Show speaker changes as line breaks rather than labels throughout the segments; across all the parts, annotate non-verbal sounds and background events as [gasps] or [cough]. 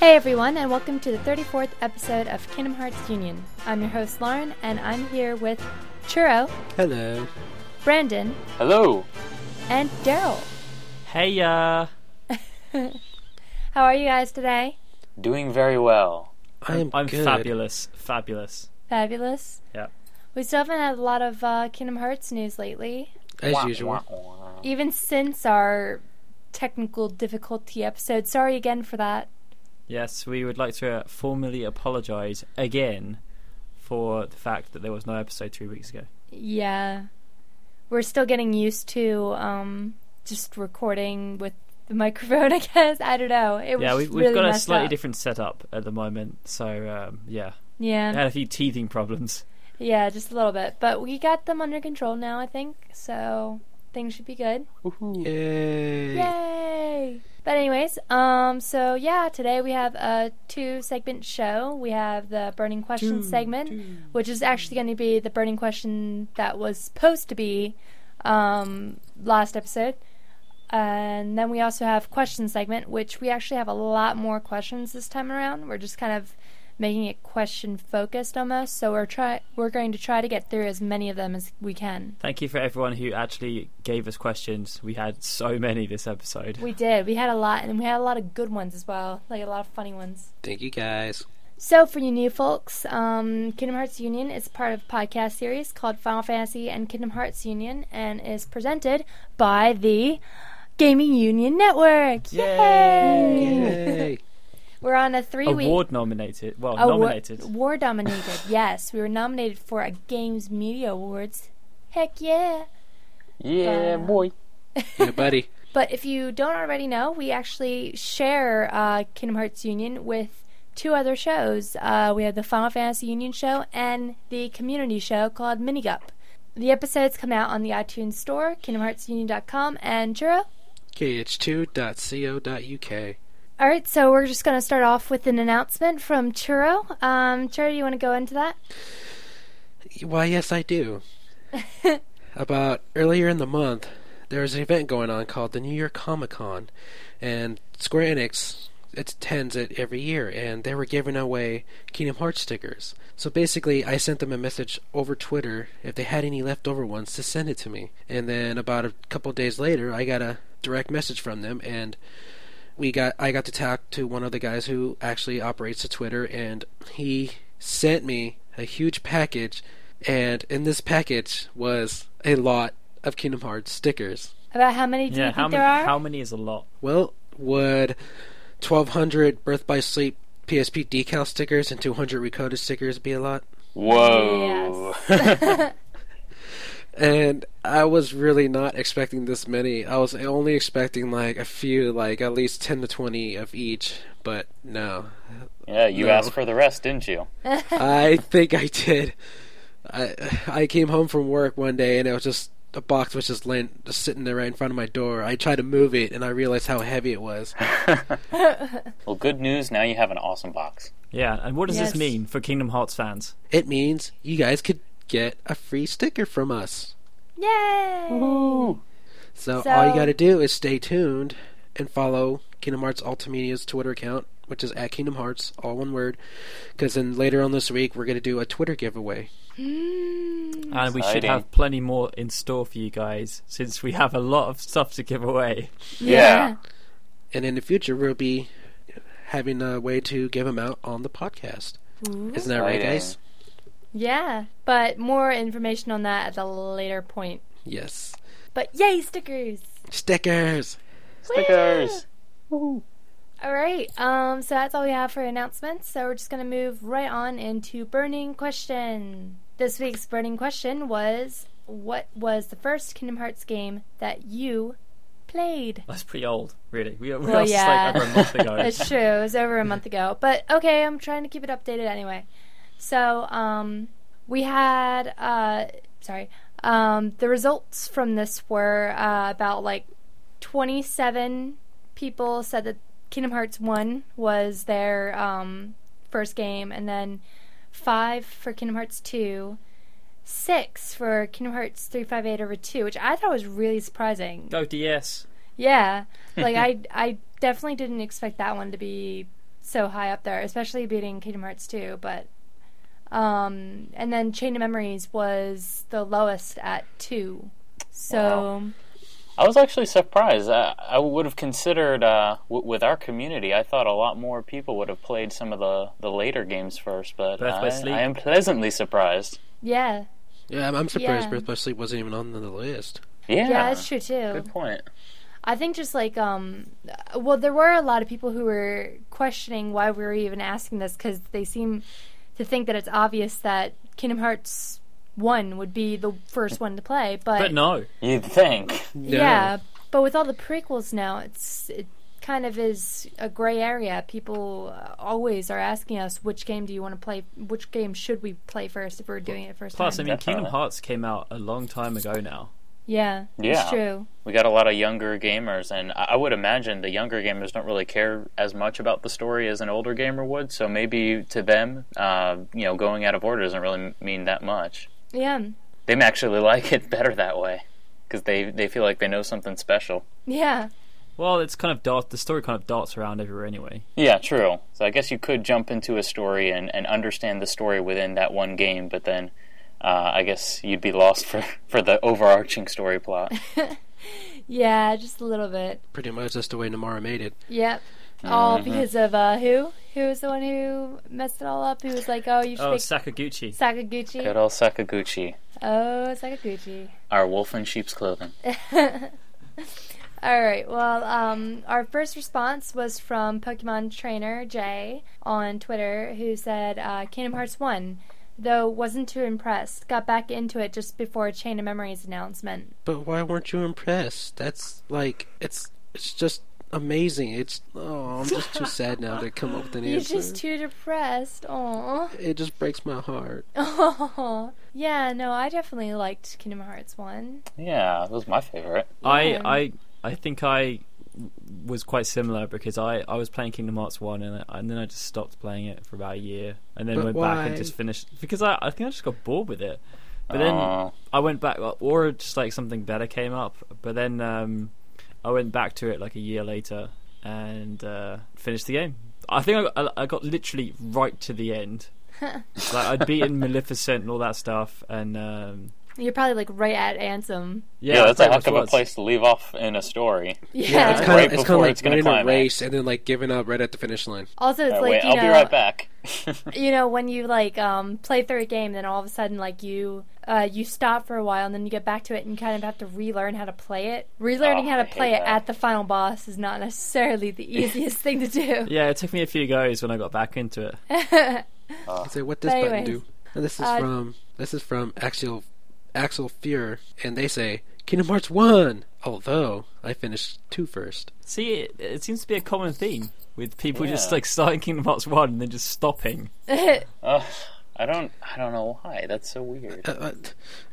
Hey everyone, and welcome to the 34th episode of Kingdom Hearts Union. I'm your host Lauren, and I'm here with Churro,
Hello.
Brandon,
Hello.
and Daryl.
Hey uh, ya!
How are you guys today?
Doing very well.
I am
I'm
good.
fabulous, fabulous.
Fabulous.
Yep.
We still haven't had a lot of uh, Kingdom Hearts news lately,
As
Wah,
usual.
wah, wah.
even since our technical difficulty episode. Sorry again for that.
Yes, we would like to uh, formally apologise again for the fact that there was no episode three weeks ago.
Yeah, we're still getting used to um, just recording with the microphone. [laughs] I guess I don't know. It
yeah,
was
we've, we've
really
got a
messed
slightly
up.
different setup at the moment, so um, yeah,
Yeah.
had a few teething problems.
Yeah, just a little bit. But we got them under control now, I think. So things should be good.
Yay.
Yay! But anyways, um so yeah, today we have a two segment show. We have the burning question segment, which is actually going to be the burning question that was supposed to be um last episode. And then we also have question segment, which we actually have a lot more questions this time around. We're just kind of making it question focused almost, so we're try we're going to try to get through as many of them as we can.
Thank you for everyone who actually gave us questions. We had so many this episode.
We did. We had a lot, and we had a lot of good ones as well, like a lot of funny ones.
Thank you guys.
So, for you new folks, um, Kingdom Hearts Union is part of a podcast series called Final Fantasy and Kingdom Hearts Union, and is presented by the Gaming Union Network. Yay!
Yay.
We're on a three-week
[laughs] Award nominated, well,
award-
nominated.
war dominated. yes, we were nominated for a Games Media Awards. Heck yeah!
Yeah,
But, uh,
boy.
yeah, buddy.
But if you don't already know, we actually share uh, Kingdom Hearts Union with two other shows. Uh, we have the Final Fantasy Union show and the community show called Minigup. The episodes come out on the iTunes store, kingdomheartsunion.com, and Juro.
KH2.co.uk.
All right, so we're just going to start off with an announcement from Churro. Um, Churro, you want to go into that? [laughs]
Why, yes, E I do. About earlier in the month, there was an event going on called the New York Comic Con, and Square Enix attends it every year, and they were giving away Kingdom Hearts stickers. So basically, I sent them a message over Twitter if they had any leftover ones to send it to me. And then about a couple days later, I got a direct message from them, and we got I got to talk to one of the guys who actually operates the Twitter, and he sent me a huge package, and in this package was a lot of Kingdom Hearts stickers.
About how many do you
Yeah,
think
how
there
many?
are?
How many is a lot?
Well, would 1200 Birth by Sleep PSP decal stickers and 200 Recoda stickers be a lot?
Whoa.
Yes.
And I was really not expecting this many. I was only expecting like a few, like at least 10 to 20 of each, but no.
yeah, you
No.
asked for the rest, didn't you?
I think I did. I I came home from work one day and it was just a box was just laying just sitting there right in front of my door. I tried to move it and I realized how heavy it was.
Well, good news. Now you have an awesome box.
Yeah, and what does
Yes.
this mean for Kingdom Hearts fans?
It means you guys could get a free sticker from us.
Yay!
So,
So-
all you got to do is stay tuned and follow Kingdom Hearts Ultimedia's Twitter account, which is at Kingdom Hearts, all one word. Because then later on this week we're gonna do a Twitter giveaway.
Mm,
And we should
Exciting.
have plenty more in store for you guys since we have a lot of stuff to give away.
Yeah.
and in the future we'll be having a way to give them out on the podcast. Isn't that right,
Exciting.
guys?
Yeah, but more information on that at a later point.
Yes.
But yay, stickers!
Stickers.
Stickers.
All right, um, so that's all we have for announcements. So we're just going to move right on into burning question. This week's burning question was What was the first Kingdom Hearts game that you played?
That's pretty old, really. We are, we
Well,
are
yeah.
just like over a month ago.
[laughs] It's true, it was over a month ago. But okay, I'm trying to keep it updated anyway. So, um, we had, uh, sorry, um, the results from this were uh, about like 27 people said that Kingdom Hearts 1 was their um, first game, and then 5 for Kingdom Hearts 2, 6 for Kingdom Hearts 358 over 2, which I thought was really surprising.
Go DS.
[laughs] Yeah, like I, I definitely didn't expect that one to be so high up there, especially beating Kingdom Hearts 2. But um, and then Chain of Memories was the lowest at two. So
I was actually surprised. I, I would have considered uh, w- with our community. I thought a lot more people would have played some of the, the later games first, but
Birth by
I,
Sleep.
I am pleasantly surprised.
yeah,
Yeah, I'm, I'm surprised
Yeah.
Birth by Sleep wasn't even on the list.
Yeah,
yeah, that's true too.
Good point.
I think just like um, well, there were a lot of people who were questioning why we were even asking this because they seem to think that it's obvious that Kingdom Hearts one would be the first one to play, but,
But no,
You'd think.
yeah. But with all the prequels now, it's it kind of is a gray area. People uh, always are asking us which game do you want to play? Which game should we play first if we're doing it first
Plus, I
time?
mean,
Definitely.
Kingdom Hearts came out a long time ago now.
yeah, it's
Yeah.
true.
We got a lot of younger gamers, and I I would imagine the younger gamers don't really care as much about the story as an older gamer would. So maybe to them, uh, you know, going out of order doesn't really m- mean that much.
Yeah,
They may actually [laughs] like it better that way because they they feel like they know something special.
yeah,
Well, it's kind of dart. The story kind of darts around everywhere anyway.
Yeah, true. So I guess you could jump into a story and, and understand the story within that one game, but then uh, I guess you'd be lost for, [laughs] for the overarching story plot.
yeah. Just a little bit.
Pretty much that's the way Namara made it.
Yep. All because of uh, who? Who was the one who messed it all up? Who was like, oh, you should
Oh,
make
Sakaguchi.
Sakaguchi?
Good old Sakaguchi,
Oh, Sakaguchi.
our wolf in sheep's clothing.
All right. Well, um, our first response was from Pokemon trainer Jay on Twitter, who said uh, Kingdom Hearts One, though wasn't too impressed. Got back into it just before Chain of Memories announcement.
But why weren't you impressed? That's like it's it's just amazing. It's oh, I'm just
[laughs]
too sad now to come up with an
You're
answer.
just too depressed. Aw. [laughs]
It just breaks my heart.
Oh. Yeah. No, I definitely liked Kingdom Hearts One. [laughs]
Yeah, that was my favorite.
I,
Yeah.
I, I think I was quite similar because I, I was playing Kingdom Hearts one and I, and then I just stopped playing it for about a year and then
But
went back and
why?
just finished because I, I think I just got bored with it. But then
Aw.
I went back, or just like something better came up. But then um, I went back to it like a year later and uh, finished the game. I think I, I- I got literally right to the end. like I'd beaten Maleficent and all that stuff, and um,
You're probably like right at Ansem.
yeah,
I
that's a
pretty
heck
much
of a
was.
place to leave off in a story.
Yeah.
it's
Right
kind of
before
like
it's gonna
running a
climb it.
race and then like giving up right at the finish line.
Also, it's
Uh,
like
wait,
you
I'll
know,
be right back.
[laughs] you know, when you like um, play through a game, then all of a sudden, like you uh, you stop for a while, and then you get back to it, and you kind of have to relearn how to play it. Relearning
Oh,
how to
I hate
play it
that.
at the final boss is not necessarily the
[laughs]
easiest thing to do.
Yeah, it took me a few goes when I got back into it.
It's like what this
But
button
anyways,
do? And this is
uh,
from this is from Axel Axel Fuhrer, and they say Kingdom Hearts one. Although I finished two first.
See, it, it seems to be a common theme with people just
Yeah.
like [laughs] starting Kingdom Hearts one and then just stopping.
[laughs] Ugh, I don't, I don't know why. That's so weird.
Uh,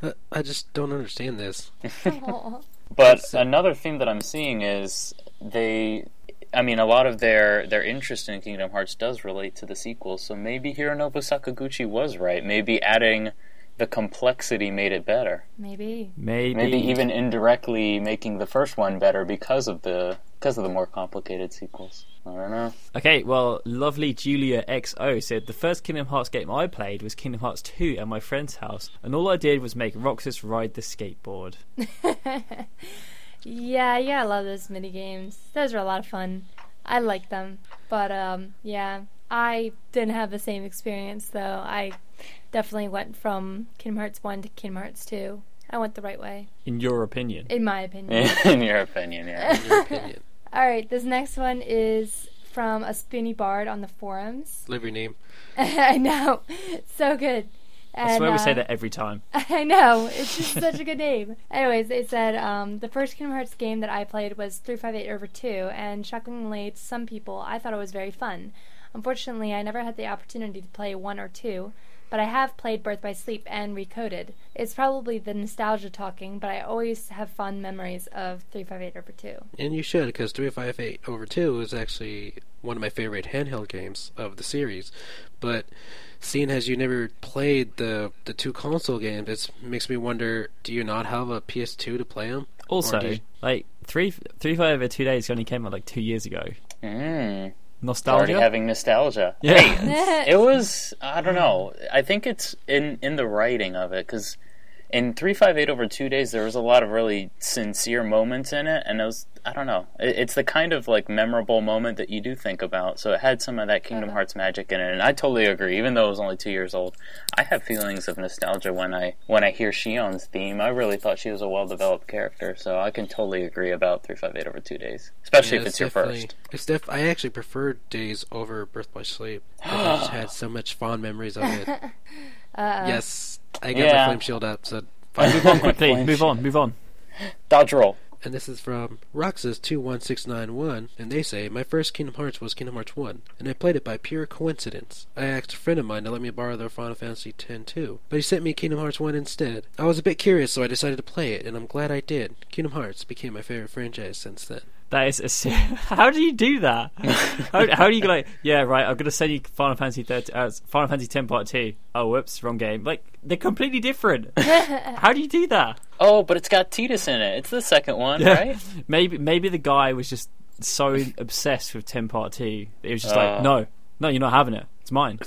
I, uh, I just don't understand this.
Aw.
But another theme that I'm seeing is they. I mean, a lot of their their interest in Kingdom Hearts does relate to the sequel. So maybe Hironobu Sakaguchi was right. Maybe adding the complexity made it better.
[laughs] Maybe. [laughs]
Maybe,
Maybe even indirectly making the first one better because of the because of the more complicated sequels. I don't know.
Okay, well, lovely Julia XO said the first Kingdom Hearts game I played was Kingdom Hearts 2 at my friend's house, and all I did was make Roxas ride the skateboard.
Yeah, yeah, I love those mini games. Those are a lot of fun. I like them, but um, yeah, I didn't have the same experience though. I definitely went from Kingdom Hearts one to Kingdom Hearts two. I went the right way,
In your opinion,
in my opinion.
[laughs] In your opinion, yeah.
[laughs]
In your opinion,
[laughs] All right, this next one is from a spoony bard on the forums.
live your name.
[laughs] I know, so good. And,
I swear we
uh,
say that every time.
[laughs] I know. It's
[laughs]
just such a good name. Anyways, they said um, the first Kingdom Hearts game that I played was 358 over 2, and shockingly to some people, I thought it was very fun. Unfortunately, I never had the opportunity to play 1 or 2, but I have played Birth by Sleep and Recoded. It's probably the nostalgia talking, but I always have fond memories of 358 over 2.
And you should, because 358 over 2 is actually one of my favorite handheld games of the series. But seeing as you never played the the two console games, it makes me wonder do you not have a PS2 to play them?
Also,
did-
like, three, three, five, over two days only came out like two years ago.
Mm.
Nostalgia.
Already having nostalgia.
[laughs]
Yeah.
Hey,
[laughs]
it's- it was. I don't know. I think it's in in the writing of it because in three five eight over two days there was a lot of really sincere moments in it, and it was. I don't know. It, it's the kind of like memorable moment that you do think about. So it had some of that Kingdom
Uh-huh.
Hearts magic in it, and I totally agree. Even though it was only two years old, I have feelings of nostalgia when I when I hear Shion's theme. I really thought she was a well developed character, so I can totally agree about three five eight over two days, especially
Yeah,
if it's your
definitely-
first.
It's def- I actually prefer Days over Birth by Sleep. 'cause
[gasps]
I just had so much fond memories of it. Yes, I got
Yeah.
my flame shield up. So, fine.
Move on quickly. move on. Move on.
Dodge roll.
and this is from Roxas two one six nine one, and they say my first Kingdom Hearts was Kingdom Hearts one, and I played it by pure coincidence. I asked a friend of mine to let me borrow their Final Fantasy X too, but he sent me Kingdom Hearts one instead. I was a bit curious, so I decided to play it, and I'm glad I did. Kingdom Hearts became my favorite franchise since then.
That is a se- [laughs] how do you do that? how, how do you go like yeah right? I'm gonna send you Final Fantasy 13, uh, Final Fantasy ten part two. Oh whoops, wrong game. Like they're completely different. how do you do that?
Oh, but it's got Titus in it. It's the second one, right?
Maybe maybe the guy was just so obsessed with ten part two. that He was just
Uh.
like no, no, you're not having it. It's mine.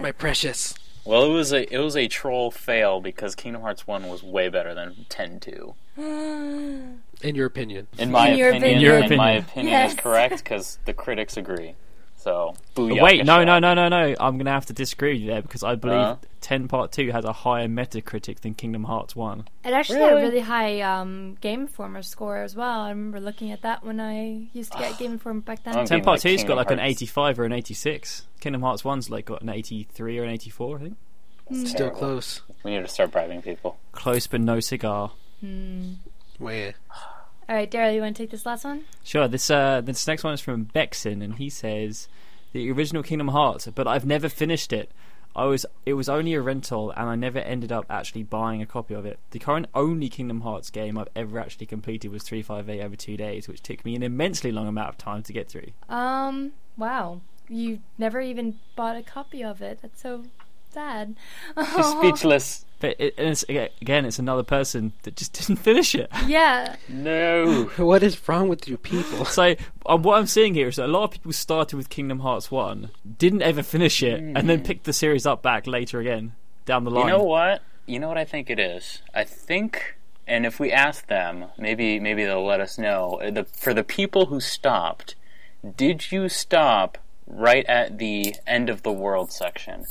my precious.
Well, it was a it was a troll fail because Kingdom Hearts One was way better than Ten Two.
In your opinion,
In my
In your
opinion,
opinion.
In your
and my
opinion.
opinion is
Yes.
correct because the critics agree. So
But
booyah,
wait, no,
Kesha.
no, no, no, no. I'm gonna have to disagree with you there because I believe
Uh.
ten part two has a higher Metacritic than Kingdom Hearts one.
It actually had
Really?
a really high um, Game Informer score as well. I remember looking at that when I used to get Game Informer back then.
Okay.
Ten
Being
part
like
two's
Kingdom
got like an
Hearts.
eighty five or an eighty six. Kingdom Hearts one's like got an eighty three or an eighty four. I think.
It's
still
terrible.
close.
We need to start bribing people.
Close but no cigar.
Where?
All right, Daryl, you want to take this last one?
Sure. This uh, this next one is from Bexon, and he says the original Kingdom Hearts, but I've never finished it. I was it was only a rental, and I never ended up actually buying a copy of it. The current only Kingdom Hearts game I've ever actually completed was three five eight over two days, which took me an immensely long amount of time to get through.
Um, wow. You never even bought a copy of it. That's so
[laughs]
sad.
She's
Oh.
speechless.
But it, and it's, again, it's another person that just [laughs] didn't finish it.
[laughs] yeah. [laughs]
No.
[laughs] What is wrong with you
[laughs]
people?
So um, what I'm seeing here is that a lot of people started with Kingdom Hearts One, didn't ever finish it, and then picked the series up back later again down the line.
You know what? You know what I think it is. I think, and if we ask them, maybe maybe they'll let us know. Uh, The, for the people who stopped, did you stop right at the end of the world section?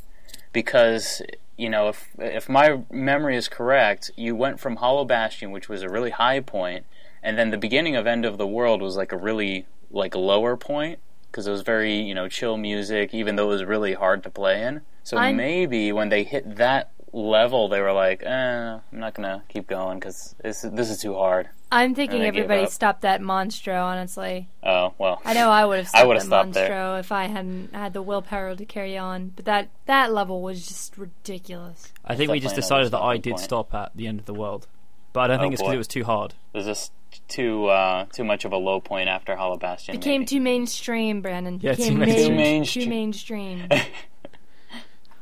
Because you know, if if my memory is correct, you went from Hollow Bastion, which was a really high point, and then the beginning of End of the World was like a really like lower point because it was very you know chill music, even though it was really hard to play in. So
I'm-
maybe when they hit that level, they were like, eh, "I'm not gonna keep going because this this is too hard."
I'm thinking
I gave
everybody
up.
stopped at Monstro, honestly.
Oh well.
I know I would have
I
stopped
would
at
have stopped
Monstro
there.
if I hadn't had the willpower to carry on. But that, that level was just ridiculous.
I think we just
Definitely another
decided that I
stopping
did
point.
stop at the end of the world, but I don't
Oh,
think it's because
boy.
it was too hard.
There's just too uh, too much of a low point after Hollow Bastion.
Became
maybe.
too mainstream, Brandon.
Yeah,
Became
too mainstream.
main-
Too
mainstream.
Too mainstream.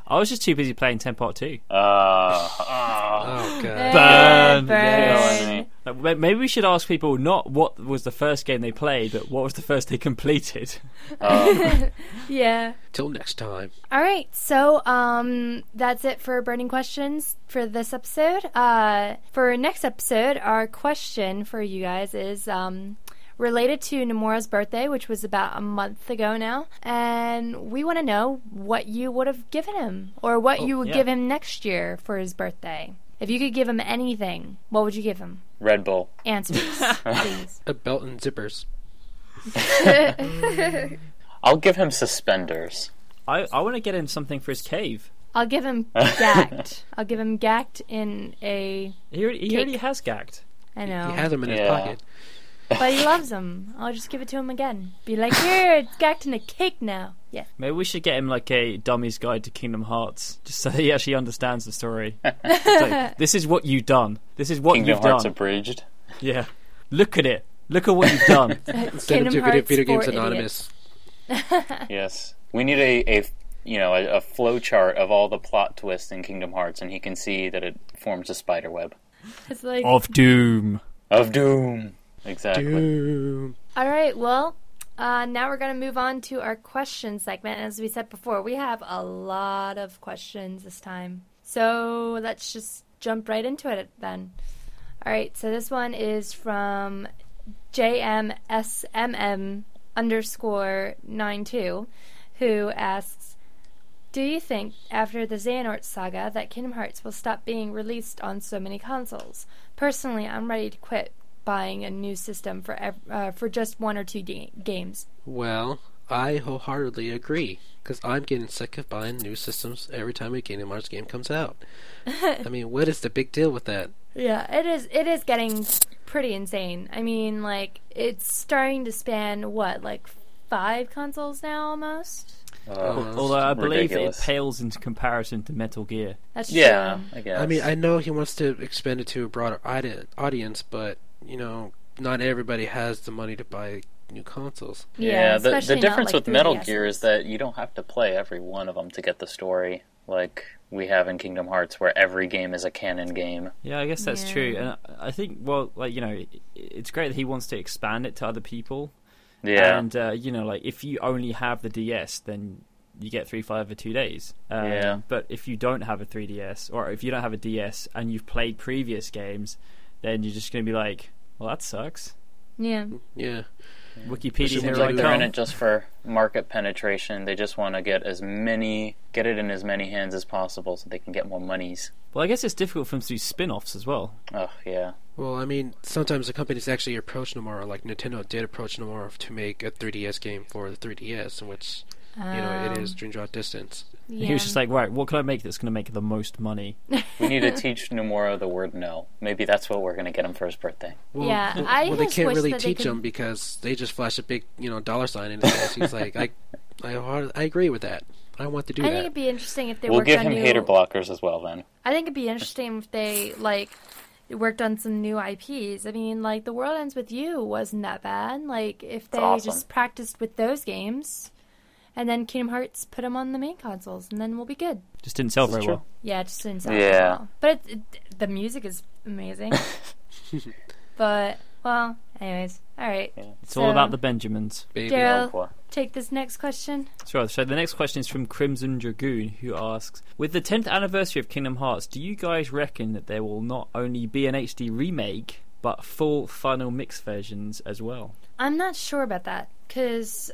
I was just too busy playing Ten Part Two.
Uh, uh,
Oh
Eh,
god.
Burn.
burn.
killing me.
Like, ma- Maybe we should ask people not what was the first game they played, but what was the first they [laughs] completed.
Yeah.
Till next time.
All right, so um, that's it for burning questions for this episode. Uh, for next episode, our question for you guys is um, related to Nomura's birthday, which was about a month ago now, and we want to know what you would have given him or what you would
Oh, yeah.
give him next year for his birthday. If you could give him anything, what would you give him?
Red Bull.
[laughs]
Answers, please. [laughs]
A belt and zippers.
I'll give him suspenders.
I I want to get him something for his cave.
I'll give him gacked. I'll give him gacked in a.
He already, he already has gagged.
I know.
He has them in his
Yeah.
pocket.
But he loves them. I'll just give it to him again. Be like, here, it's gacked in a cake now. Yeah. [laughs]
Maybe we should get him like a dummy's guide to Kingdom Hearts, just so he actually understands
[laughs]
the story. It's like, this is what you've done. This is what
Kingdom
you've
Hearts
done.
abridged.
Yeah, look at it. Look at what you've done.
Send them to Video, video Games
for idiots.
Anonymous.
Yes, we need a, a you know a, a flow chart of all the plot twists in Kingdom Hearts, and he can see that it forms a spider web
It's like,
[laughs] Oh. of Doom.
of doom. Exactly.
Doom.
all right, well, Uh, now we're going to move on to our question segment. As we said before, we have a lot of questions this time. So let's just jump right into it then. All right, so this one is from JMSMM underscore 92, who asks Do you think after the Xehanort saga that Kingdom Hearts will stop being released on so many consoles? Personally, I'm ready to quit buying a new system for ev- uh, for just one or two ga- games.
Well, I wholeheartedly agree because I'm getting sick of buying new systems every time a Kingdom Hearts game comes out. I mean, what is the big deal with that?
Yeah, it is. It is getting pretty insane. I mean, like it's starting to span what, like five consoles now, almost.
Uh,
Oh,
Although I believe
ridiculous.
it pales in comparison to Metal Gear.
That's
Yeah,
true.
I guess.
I mean, I know he wants to expand it to a broader audi- audience, but you know, not everybody has the money to buy new consoles.
yeah, the, the
especially not,
difference
like,
with Metal
3DS.
Gear is that you don't have to play every one of them to get the story, like we have in Kingdom Hearts, where every game is a canon game.
Yeah, I guess that's
Yeah.
true. And I- I think, well, like you know, it, it's great that he wants to expand it to other people.
Yeah,
And uh, you know, like if you only have the DS, then you get three five for two days. Um,
Yeah.
But if you don't have a 3DS, or if you don't have a DS and you've played previous games, then you're just going to be like, well, that sucks.
Yeah,
Yeah,
Wikipedia
Seems
here
seems
I
like they're in
come.
it just for market penetration. They just want to get as many, get it in as many hands as possible, so they can get more monies.
Well, I guess it's difficult for them to do spin-offs as well.
Oh yeah,
Well, I mean, sometimes the companies actually approach Nomura, like Nintendo did approach Nomura to make a 3DS game for the 3DS, in which, you know, it
Um.
is Dream Drop Distance.
Yeah.
He was just like, right, what can I make that's going to make the most
[laughs]
money?
we need to teach Nomura the word no. Maybe that's what we're gonna get him for his birthday.
Well,
Yeah,
well,
I
well, they
just
can't
wish
really
that they
teach
could-
him because they just flash a big, you know, dollar sign in his face. He's like, I, I, hard- I agree with that. I want to do
I think
that.
it'd be interesting if they
We'll
worked
give
on
him
new.
hater blockers as well then.
I think it'd be interesting if they like worked on some new IPs. I mean, like The World Ends with You wasn't that bad. Like if they
awesome.
just practiced with those games, and then Kingdom Hearts put them on the main consoles, and then we'll be good.
Just didn't sell
This
very
is
well.
Yeah, it just didn't sound
Yeah.
well. But it, it, the music is
[laughs]
amazing. but well, anyways, all right.
It's all
So-
about the Benjamins.
Baby.
Daryl- Well-
Oh, boy.
Take this next question.
So, so the next question is from Crimson Dragoon, who asks: With the 10th anniversary of Kingdom Hearts, do you guys reckon that there will not only be an HD remake, but full final mix versions as well?
I'm not sure about that because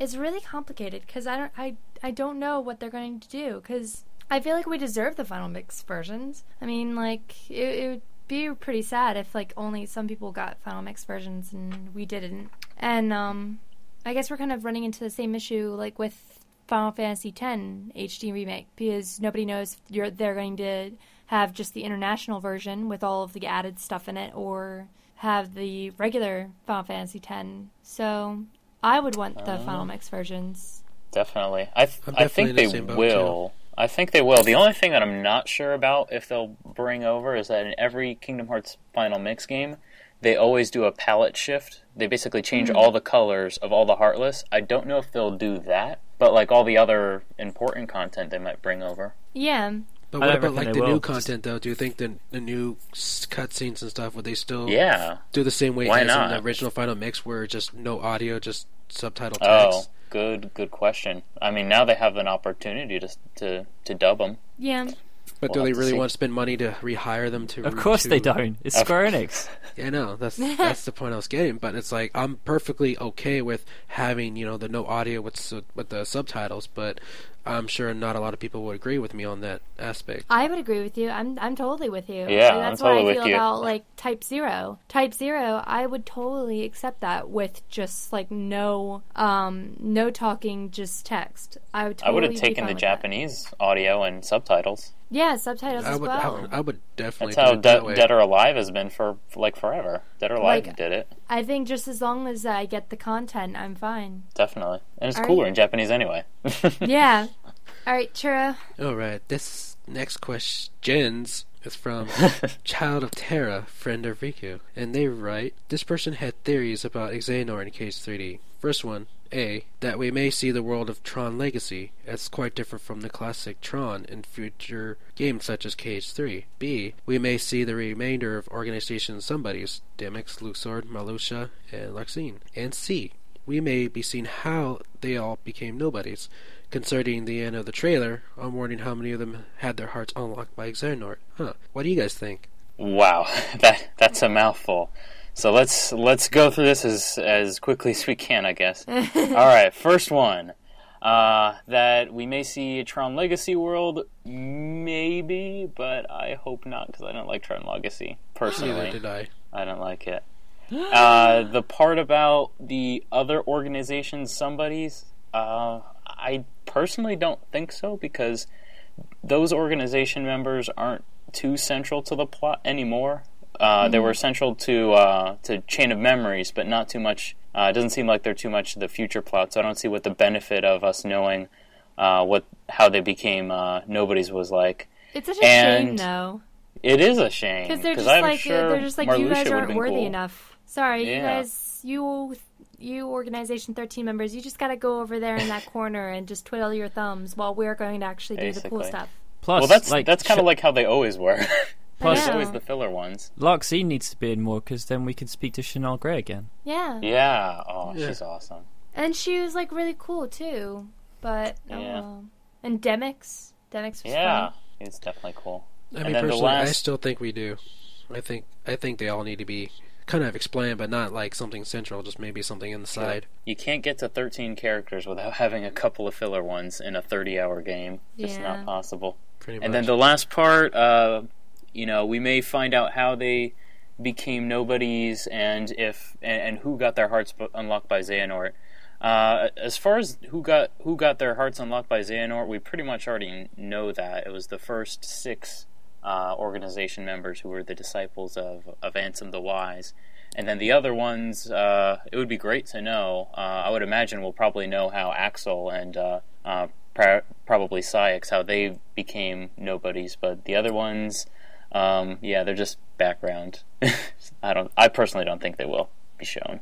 it's really complicated. Because I don't, I, I don't know what they're going to do. Because I feel like we deserve the final mix versions. I mean, like it, it would be pretty sad if like only some people got final mix versions and we didn't. And um, I guess we're kind of running into the same issue like with Final Fantasy X HD remake because nobody knows if you're they're going to have just the international version with all of the added stuff in it or have the regular Final Fantasy X. So I would want the Final Mix versions.
Definitely. I th-
I'm
I
definitely
think
in
they
the same boat,
will. I think they will. The only thing that I'm not sure about if they'll bring over is that in every Kingdom Hearts Final Mix game, they always do a palette shift. They basically change
Hmm.
all the colors of all the Heartless. I don't know if they'll do that, but like all the other important content they might bring over.
Yeah,
But what
I don't
about
reckon
like
they
the
will.
new content though? Do you think the the new s- cutscenes and stuff would they still
Yeah.
do the same way
Why
as in
not?
the original final mix where just no audio, just subtitle
Oh,
text?
good good question. I mean, now they have an opportunity to to to dub them.
yeah.
but do
we'll
they
have to
really
see.
want to spend money to rehire them to?
Of course
to-
they don't. It's
Of-
Square [laughs] Enix.
I
[laughs]
know that's that's the point I was getting. But it's like I'm perfectly okay with having you know the no audio with su- with the subtitles, but I'm sure not a lot of people would agree with me on that aspect.
I would agree with you. I'm I'm totally with you.
Yeah,
Like, that's
I'm totally
what I
with
feel
you.
about like Type Zero. Type Zero, I would totally accept that with just like no um no talking, just text. I would.
I
Totally
would have
be
taken
fine
the
with that.
Japanese audio and subtitles.
Yeah, subtitles
I
as
would,
well.
I would I would definitely
That's how
do it that
De-
way.
Dead or Alive has been for like forever. Dead or Alive
Like-
did it
I think just as long as I get the content, I'm fine.
definitely, and it's
Are
cooler
you-
in Japanese anyway. [laughs]
Yeah. All right, Churro.
All right, this next question's is from Child of Terra, friend of Riku, and they write this person had theories about Xehanort in Cage 3D. First one, A, that we may see the world of Tron Legacy, as quite different from the classic Tron in future games such as Cage 3. B, we may see the remainder of Organization Somebody's, Demix, Luxord, Malusha, and Luxine. And C, we may be seeing how they all became nobodies, concerning the end of the trailer, I'm wondering how many of them had their hearts unlocked by Xehanort. Huh. What do you guys think?
Wow, [laughs] that that's a mouthful. So let's let's go through this as as quickly as we can,
[laughs]
I guess. All right, first one uh, that we may see a Tron Legacy world, maybe, but I hope not because I don't like Tron Legacy
Neither
personally.
did I.
I don't like it.
[gasps]
Uh, the part about the other organizations, somebody's, uh, I personally don't think so because those organization members aren't too central to the plot anymore. Uh,
Hmm.
They were central to uh, to Chain of Memories, but not too much. Uh, it doesn't seem like they're too much to the future plot, so I don't see what the benefit of us knowing uh, what how they became uh, nobodies was like.
It's such a shame,
And-
though,
It is a shame
because they're just
I'm
like
sure
they're just like you
Marluxia
guys
would've
aren't
been
worthy
cool.
enough. Sorry, you
Yeah.
guys, you you organization 13 members, you just got to go over there in
[laughs]
that corner and just twiddle your thumbs while we're going to actually do the cool
Basically.
stuff.
Plus,
Well, that's
like,
that's kind of
sh-
like how they always were.
Plus-
It's always
Yeah.
the filler ones.
Larxene needs to be in more because then we can speak to Chanel Grey again.
Yeah.
Yeah. Oh,
Yeah.
she's awesome.
And she was like really cool too, but oh
Yeah.
well. And Demix, Demix was
Yeah,
fun.
it's definitely cool.
I
And
mean,
then the
personally, I
last-
still think we do. I think I think they all need to be kind of explained, but not like something central. Just maybe something inside.
You can't get to 13 characters without having a couple of filler ones in a 30-hour game. Just
Yeah.
not possible.
Pretty much.
And then the last part, uh, you know, we may find out how they became nobodies and if and, and who got their hearts bu- unlocked by Xehanort. Uh, as far as who got who got their hearts unlocked by Xehanort, we pretty much already know that it was the first six uh, organization members who were the disciples of of Ansem the Wise, and then the other ones. Uh, it would be great to know. Uh, I would imagine we'll probably know how Axel and uh, uh, pra- probably Syx how they became nobodies, but the other ones, um, yeah, they're just background. [laughs] I don't. I personally don't think they will be shown.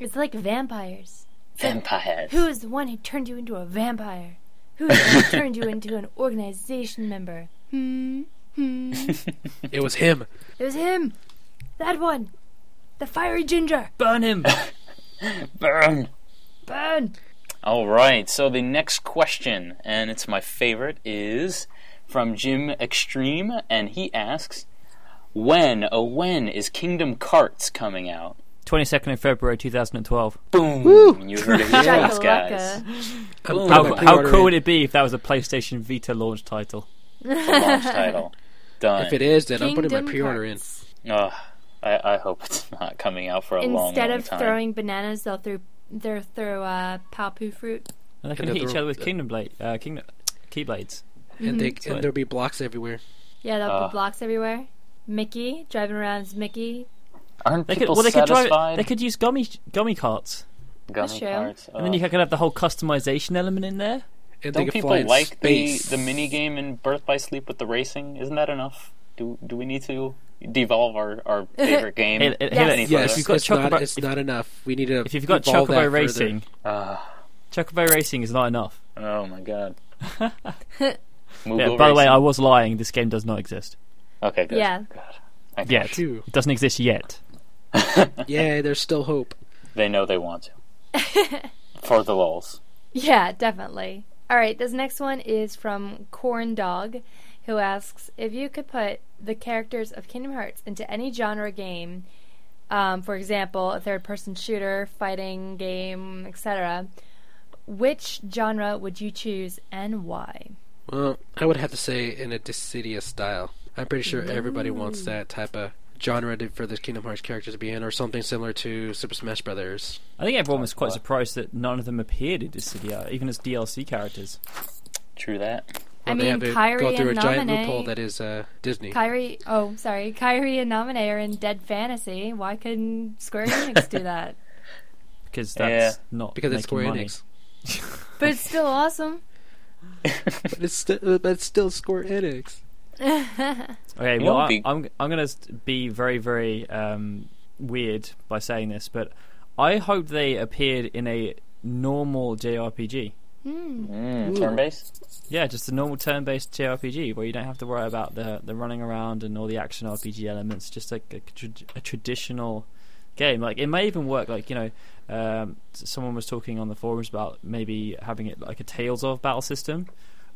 It's like vampires.
Vampires.
Who is the one who turned you into a vampire? Who is the
[laughs]
one who turned you into an organization member? Hmm. Hmm.
it was him.
It was him. That one. The fiery ginger.
Burn him! [laughs]
Burn.
Burn.
All right. So the next question, and it's my favorite, is from Jim Extreme, and he asks, "When, oh, when is Kingdom Carts coming out?"
22nd of February 2012.
Boom! You heard it here, first, guys.
Shakalaka.
I'm
Oh,
putting
How,
my
how
pre-order
cool
in.
would it be if that was a PlayStation Vita launch title?
Launch
[laughs]
title done.
If it is, then I'm putting
Kingdom
my pre-order in.
Hearts.
Ugh, I, I hope it's not coming out for a long,
Instead
long
of
time.
throwing bananas, they'll throw they'll throw uh, papu fruit.
And they can
And
hit
they're-
each other with Kingdom Blade, uh, Kingdom Keyblades.
and, they,
Mhm.
what-
and there'll be blocks everywhere.
Yeah, there'll
Ah.
be blocks everywhere. Mickey driving around as Mickey.
Aren't
They could,
people
well, they could drive.
satisfied?
They could use gummy gummy carts,
Gummy
That's true.
carts,
and then you
uh,
could have the whole customization element in there.
And they
don't
can fly
people
in
like the
space.
the mini game in Birth by Sleep with the racing? Isn't that enough? Do do we need to devolve our, our favorite game?
Hey, hey,
Yes.
hey,
Any
Yes,
further?
you've got
it's, not,
Chocobo-
it's
if-
not enough. We need to.
If you've got
evolve that
Chocobo
further.
Racing,
Uh,
Chocobo Racing is not enough.
oh my god.
Yeah,
Moogle
by the way,
racing.
I was lying. This game does not exist
okay, good.
Yeah.
God. Thank
yet.
Phew.
It doesn't exist yet.
yeah, there's still hope.
God. [laughs] They know they want to. For the lulz.
Yeah, definitely. All right, this next one is from Corn Dog, who asks if you could put the characters of Kingdom Hearts into any genre game, um, for example, a third-person shooter, fighting game, etc. Which genre would you choose and why?
Well, I would have to say in a Dissidia style. I'm pretty sure everybody wants that type of genre to, for the Kingdom Hearts characters to be in, or something similar to Super Smash Brothers.
I think everyone was quite
Right.
surprised that none of them appeared in Dissidia, even as DLC characters.
True that.
I
Well, they
mean,
have to
Kyrie
go through a
and
giant
Nominee.
loophole that is uh, Disney.
Kyrie, oh sorry, Kyrie and Nominee are in Dead Fantasy. Why couldn't Square Enix
[laughs]
do that?
Because that's
Yeah.
not
because it's Square
making money.
Enix.
But it's still awesome.
But it's, st- uh, but it's still Square Enix.
Okay,
You
well,
know,
I,
be-
I'm I'm going to be very very um, weird by saying this, but I hope they appeared in a normal JRPG.
Mm,
Ooh.
turn based?
Yeah, just a normal turn-based JRPG where you don't have to worry about the the running around and all the action RPG elements. Just like a, tr- a traditional game. Like it may even work. Like you know, um, s- someone was talking on the forums about maybe having it like a Tales of battle system,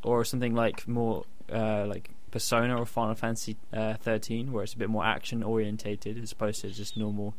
or something like more uh, like Persona or Final Fantasy uh, 13, where it's a bit more action orientated as opposed to just normal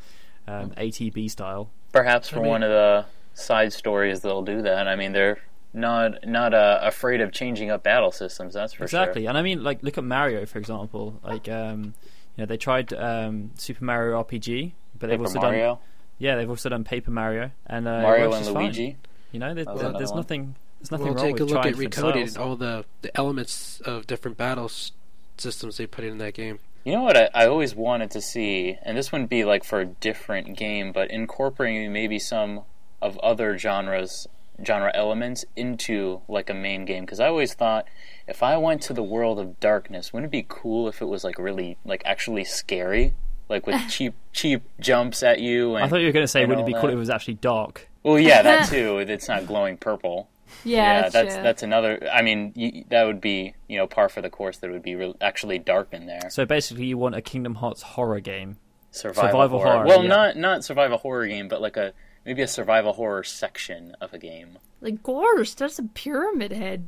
um, ATB style.
Perhaps
I
for
mean-
one of the side stories, they'll do that. I mean, they're not not uh, afraid of changing up battle systems. That's for
exactly, and I mean like look at Mario for example. Like um, you know they tried um, Super Mario RPG, but
sure.
they've
Paper
also done
Mario,
Yeah, they've also done Paper Mario and uh, it
Mario
works
and
just fine.
Luigi.
You know, there's,
That was
there-
another
there's
one.
nothing, there's nothing
well,
wrang
take a
with
look
trying
at
different
Recoded
styles.
and all the, the elements of different battle s- systems they put in that game.
You know what I, I always wanted to see, and this wouldn't be like for a different game, but incorporating maybe some of other genres, genre elements into like a main game. Because I always thought if I went to the world of darkness, wouldn't it be cool if it was like really, like actually scary, like
[laughs]
with cheap, cheap jumps at you? And
I thought you were going to say,
and
wouldn't it
all
be cool
that.
if it was actually dark?
Well, yeah,
[laughs]
that too. It's not glowing purple.
Yeah,
that's
true.
that's another. I mean, y that would be you know par for the course. That would be re- actually dark in there.
So basically, you want a Kingdom Hearts horror game.
survival,
Survival
horror.
horror,
Well,
yeah.
not not survival horror game, but like a maybe a survival horror section of a game.
Like, Gorsh, that's a pyramid head.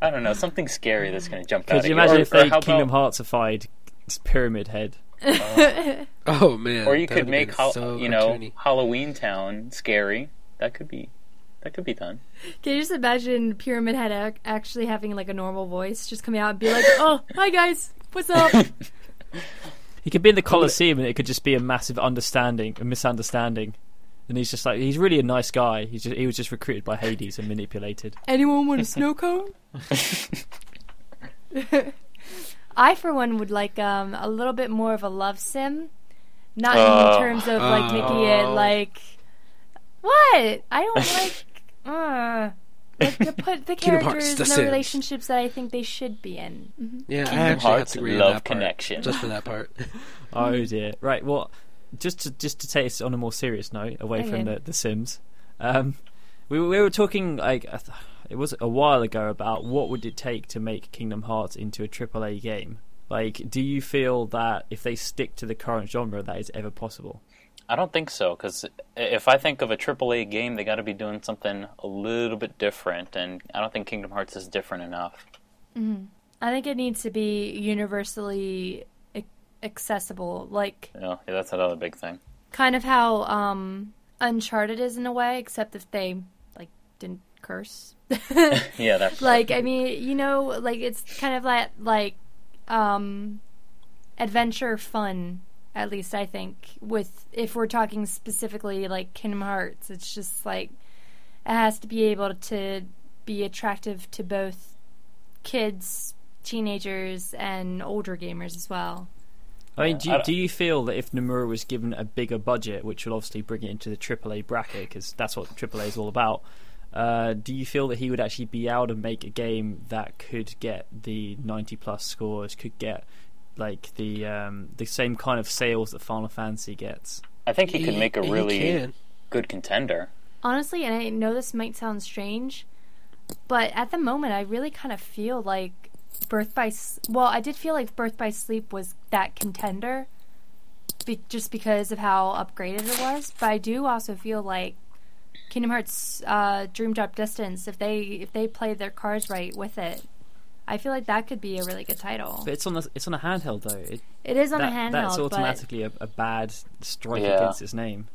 I don't know, something scary that's going to jump out.
Could
at
you imagine
or,
if
or
they
how
Kingdom
about,
Heartsified Pyramid Head?
Oh man!
or you
that
could
would've
make
been
hol-
so
you know
cartoony.
Halloween Town scary. That could be that could be
[laughs]
done.
Can you just imagine Pyramid Head ac- actually having like a normal voice, just coming out and be like, "Oh, hi guys, what's up?"
[laughs]
He could be in the Colosseum, and it could just be a massive understanding, a misunderstanding. And he's just like, he's really a nice guy. He's just, he was just recruited by Hades and manipulated.
Anyone want a snow cone? I, for one, would like um, a little bit more of a love sim, not
Oh.
in terms of like making it
Oh.
like what I don't like. [laughs] uh, like to put
[laughs]
the
Kingdom Hearts,
characters in
The
the
Sims.
relationships that I think they should be in.
Yeah, I
Kingdom
actually have
Hearts
to agree on
love
that part,
connection.
Just for that
[laughs]
part.
Oh dear. Right. Well, just to just to take us on a more serious note, away from
Okay.
the the Sims, um, we were- we were talking like I th- it was a while ago about what would it take to make Kingdom Hearts into a AAA game. Like, do you feel that if they stick to the current genre, that is ever possible?
I don't think so because if I think of a AAA game, they got to be doing something a little bit different, and I don't think Kingdom Hearts is different enough.
I think it needs to be universally ac- accessible, like
You know, that's another big thing.
kind of how um, Uncharted is in a way, except if they like didn't curse. [laughs]
Yeah, that's
like I mean, you know, like it's kind of that like um, adventure fun. At least I think with if we're talking specifically like Kingdom Hearts, it's just like it has to be able to be attractive to both kids, teenagers, and older gamers as well.
I mean, do
I
you,
don't-
do you feel that if Nomura was given a bigger budget, which will obviously bring it into the AAA bracket, because that's what AAA is all about, uh, do you feel that he would actually be able to make a game that could get the 90 plus scores, could get like the um, the same kind of sales that Final Fantasy gets?
I think he could make a
He
really
can.
good contender.
honestly, and I know this might sound strange, but at the moment, I really kind of feel like Birth by S- well, I did feel like Birth by Sleep was that contender, be- just because of how upgraded it was. But I do also feel like Kingdom Hearts uh, Dream Drop Distance, if they if they play their cards right with it. I feel like that could be a really good title.
But it's on the, it's on a handheld though. It,
It is on
that,
a handheld,
that's
but
automatically a, a bad strike
Yeah.
against its name.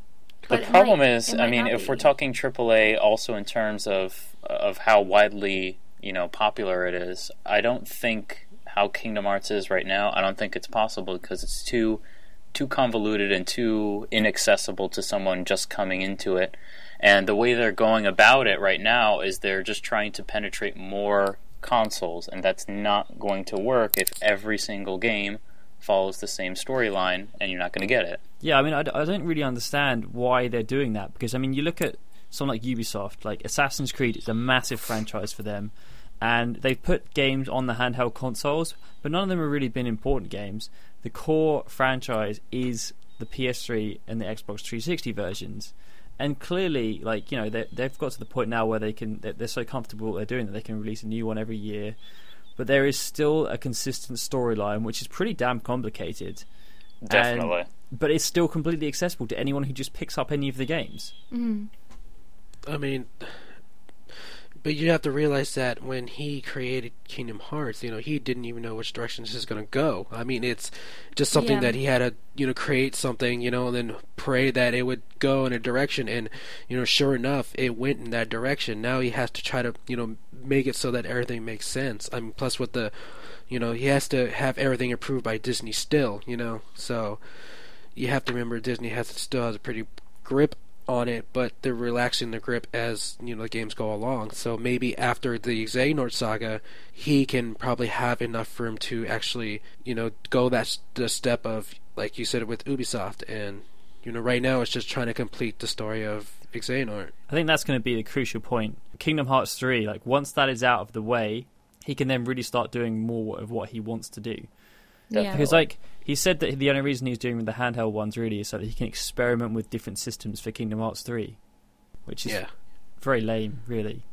But
the
it
problem
might-
is,
it
I
might
mean,
not
if we're
be.
talking AAA, also in terms of of how widely you know popular it is, I don't think how Kingdom Hearts is right now. I don't think it's possible because it's too too convoluted and too inaccessible to someone just coming into it. And the way they're going about it right now is they're just trying to penetrate more consoles, and that's not going to work if every single game follows the same storyline, and you're not going to get it.
Yeah, I mean, I, d- I don't really understand why they're doing that because I mean, you look at someone like Ubisoft, like Assassin's Creed is a massive franchise for them, and they've put games on the handheld consoles, but none of them have really been important games. The core franchise is the PS3 and the Xbox 360 versions, and clearly, like you know, they- they've got to the point now where they can they're, they're so comfortable with what they're doing that they can release a new one every year, but there is still a consistent storyline which is pretty damn complicated
Definitely.
but it's still completely accessible to anyone who just picks up any of the games.
I mean, but you have to realize that when he created Kingdom Hearts, you know, he didn't even know which direction this is going to go. I mean, it's just something
Yeah.
that he had to, you know, create something, you know, and then pray that it would go in a direction. And, you know, sure enough, it went in that direction. Now he has to try to, you know, make it so that everything makes sense. I mean, plus with the, you know, he has to have everything approved by Disney still, you know, so you have to remember Disney has still has a pretty grip on it, but they're relaxing the grip as you know the games go along. So maybe after the Xehanort saga, he can probably have enough room to actually you know go that s- the step of like you said with Ubisoft, and you know right now it's just trying to complete the story of Xehanort.
I think that's going to be the crucial point. Kingdom Hearts 3, like once that is out of the way, he can then really start doing more of what he wants to do.
Yeah.
Because like he said that the only reason he's doing the handheld ones really is so that he can experiment with different systems for Kingdom Hearts 3, which is
Yeah,
very lame, really.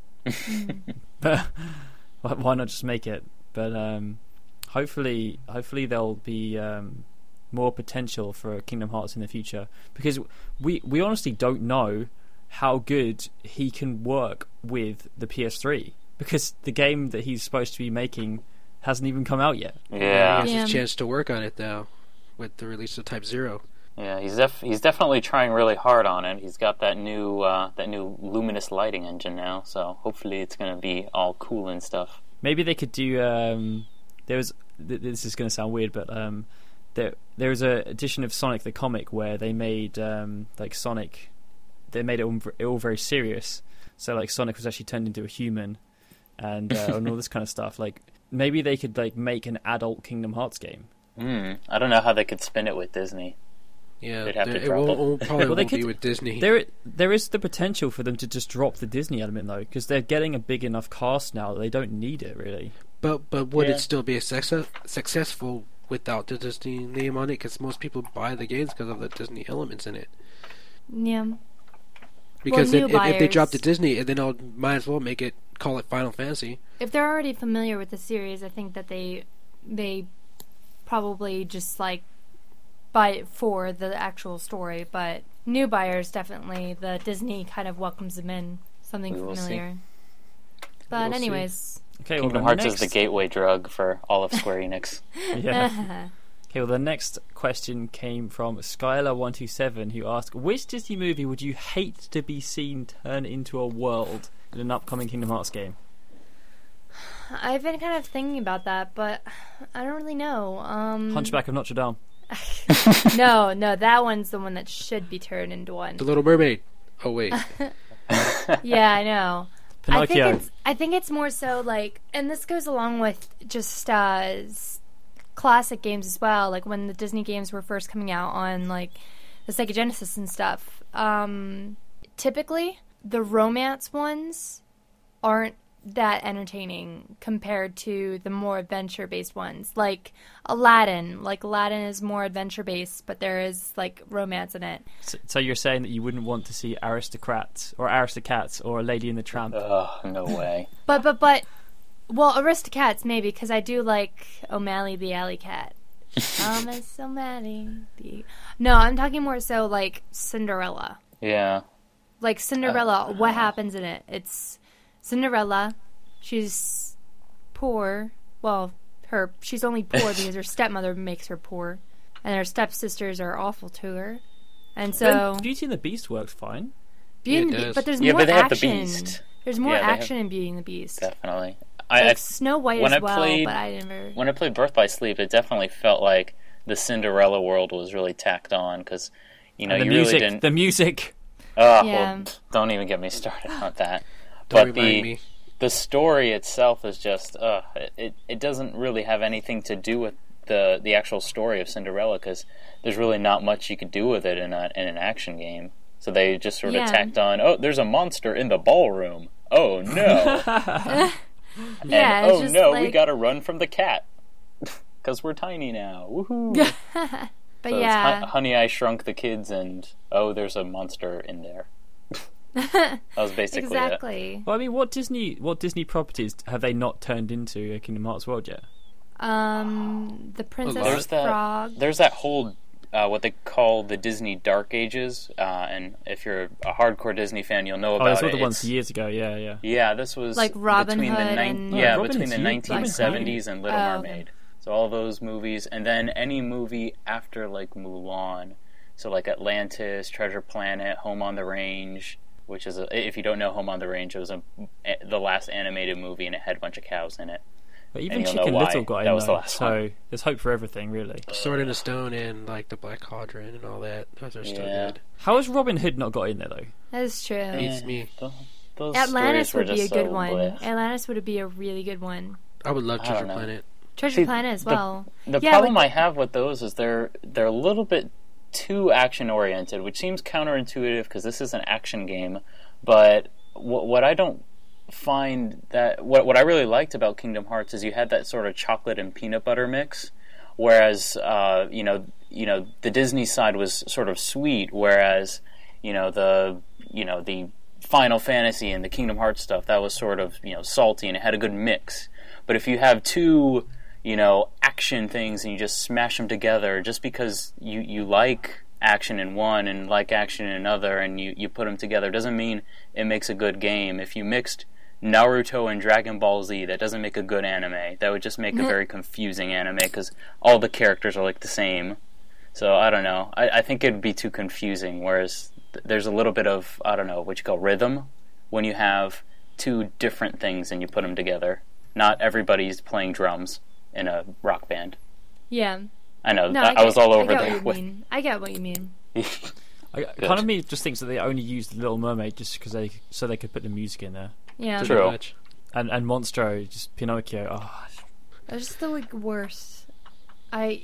but [laughs] why- why not just make it? But um, hopefully, hopefully there'll be um, more potential for Kingdom Hearts in the future because we we honestly don't know how good he can work with the PS3 because the game that he's supposed to be making hasn't even come out yet.
yeah.
he
Yeah.
has a chance to work on it though, with the release of Type Zero.
Yeah, he's def- he's definitely trying really hard on it. He's got that new uh, that new luminous lighting engine now, so hopefully it's gonna be all cool and stuff.
Maybe they could do. Um, there was. Th- this is going to sound weird, but um, there there was a edition of Sonic the Comic where they made um, like Sonic. They made it all, it all very serious. So like Sonic was actually turned into a human, and uh, and all this kind of stuff. Like maybe they could like make an adult Kingdom Hearts game. Hmm.
Mm, I don't know how they could spin it with Disney.
Yeah,
They'd have to
there- it
drop
won't,
it.
won't- probably
Well, they
won't be
could-
with Disney.
There, there is the potential for them to just drop the Disney element though, because they're getting a big enough cast now that they don't need it really.
But but would
Yeah.
it still be a success, successful without the Disney name on it? Because most people buy the games because of the Disney elements in it.
Yeah.
Because
new
if, if, if they
buyers.
drop the Disney, then I'll might as well make it call it Final Fantasy.
If they're already familiar with the series, I think that they they probably just like buy it for the actual story, but new buyers definitely the Disney kind of welcomes them in something
We will see.
familiar. But
We'll see.
anyways,
Okay,
Kingdom
well,
Hearts is the
next-
gateway drug for all of Square Enix.
[laughs] Yeah. Okay, well, the next question came from Skylar127, who asked, Which Disney movie would you hate to be seen turn into a world in an upcoming Kingdom Hearts game?
[laughs] I've been kind of thinking about that, but I don't really know. Um
Hunchback of Notre Dame.
No, no, that one's the one that should be turned into one.
The Little Mermaid. Oh
[laughs]
wait,
[laughs] Yeah, I know. I
Pinocchio.
think it's I think it's more so like and this goes along with just uh s- classic games as well, like when the Disney games were first coming out on like the Sega Genesis and stuff. Um typically the romance ones aren't that entertaining compared to the more adventure based ones. Like Aladdin, like Aladdin is more adventure based, but there is like romance in it.
So, so you're saying that you wouldn't want to see Aristocrats or Aristocats or Lady and the Tramp?
Oh, no way.
But but but, well, Aristocats maybe because I do like O'Malley the Alley
[laughs]
Cat. Thomas O'Malley the. No, I'm talking more so like Cinderella.
Yeah.
Like
Oh,
Cinderella,
uh.
what happens in it? It's Cinderella. She's poor. Well, her she's only
[laughs]
poor because her stepmother makes her poor, and her stepsisters are awful to her. And so
Then Beauty and the Beast works fine.
Beauty and the
Yeah, it
Be-
does.
but there's
Yeah,
more
but they have the
action.
Beast.
There's more
Yeah, they have-
action in Beauty and the Beast.
Definitely. I, I
Like Snow White
when
as
I
well,
played-
but I never.
when I played Birth by Sleep, it definitely felt like the Cinderella world was really tacked on because you know
and the
you
music.
really didn't.
The music.
oh,
Yeah.
well, don't even get me started on that.
don't remind
but the
me.
the story itself is just uh, it it doesn't really have anything to do with the the actual story of Cinderella because there's really not much you could do with it in a, in an action game. So they just sort
Yeah.
of tacked on, oh, there's a monster in the ballroom.
[laughs]
Oh no! and,
Yeah, it's
oh
just
no, we
like-
gotta run from the cat because we're tiny now. Woohoo! so
But
it's
yeah,
Hon- Honey, I Shrunk the Kids, and oh, there's a monster
[laughs]
in there. that was basically it.
exactly.
Well, I mean, what Disney what Disney properties have they not turned into a Kingdom Hearts world yet?
Um, the Princess
there's
that-
Frog.
There's that whole uh, what they call the Disney Dark Ages, uh, and if you're a hardcore Disney fan, you'll know
Oh,
about
I saw
it.
the ones
It's-
years ago. Yeah, yeah.
yeah, this was
Like Robin
between the
Hood
nine-
and-
yeah
Oh, Robin
between the
Hood, Robin Hood.
1970s and Little
Oh, okay.
Mermaid. So all those movies, and then any movie after like Mulan, so like Atlantis, Treasure Planet, Home on the Range, which is a, if you don't know Home on the Range, it was a, the last animated movie and it had a bunch of cows in it.
But
And
even
you'll know
Chicken
why.
Little got
That
in
was the
though,
last
so there's hope for everything, really.
Sword in a Stone and like the Black Cauldron and all that. Those are still
Yeah.
good.
How has Robin Hood not got in there though?
That is true.
Beats me.
Th- Those
Atlantis
stories were
would be a
just
good
so
one.
bleh.
Atlantis would be a really good one.
I would love
I don't
Treasure
know.
Planet.
Treasure
See,
Planet as
the-
well.
The
Yeah,
problem
like-
I have with those is they're they're a little bit too action oriented, which seems counterintuitive because this is an action game. But what what I don't find that what what I really liked about Kingdom Hearts is you had that sort of chocolate and peanut butter mix, whereas uh, you know you know the Disney side was sort of sweet, whereas you know the you know the Final Fantasy and the Kingdom Hearts stuff that was sort of you know salty and it had a good mix. But if you have two you know action things and you just smash them together just because you you like action in one and like action in another and you you put them together doesn't mean it makes a good game. If you mixed Naruto and Dragon Ball Z, that doesn't make a good anime. That would just make a
Mm-hmm.
very confusing anime because all the characters are like the same. So I don't know. I, I think it'd be too confusing. Whereas th- there's a little bit of I don't know what you call rhythm when you have two different things and you put them together. Not everybody's playing drums in a rock band.
Yeah.
I know.
No,
I, I
get-
was all over
I get What
there
you
[laughs] with
mean. I get what you mean.
I, kind of me just thinks that they only used Little Mermaid just because they so they could put the music in there.
Yeah.
True.
Pretty much.
And and Monstro, just Pinocchio. Oh,
They're just the like worst. I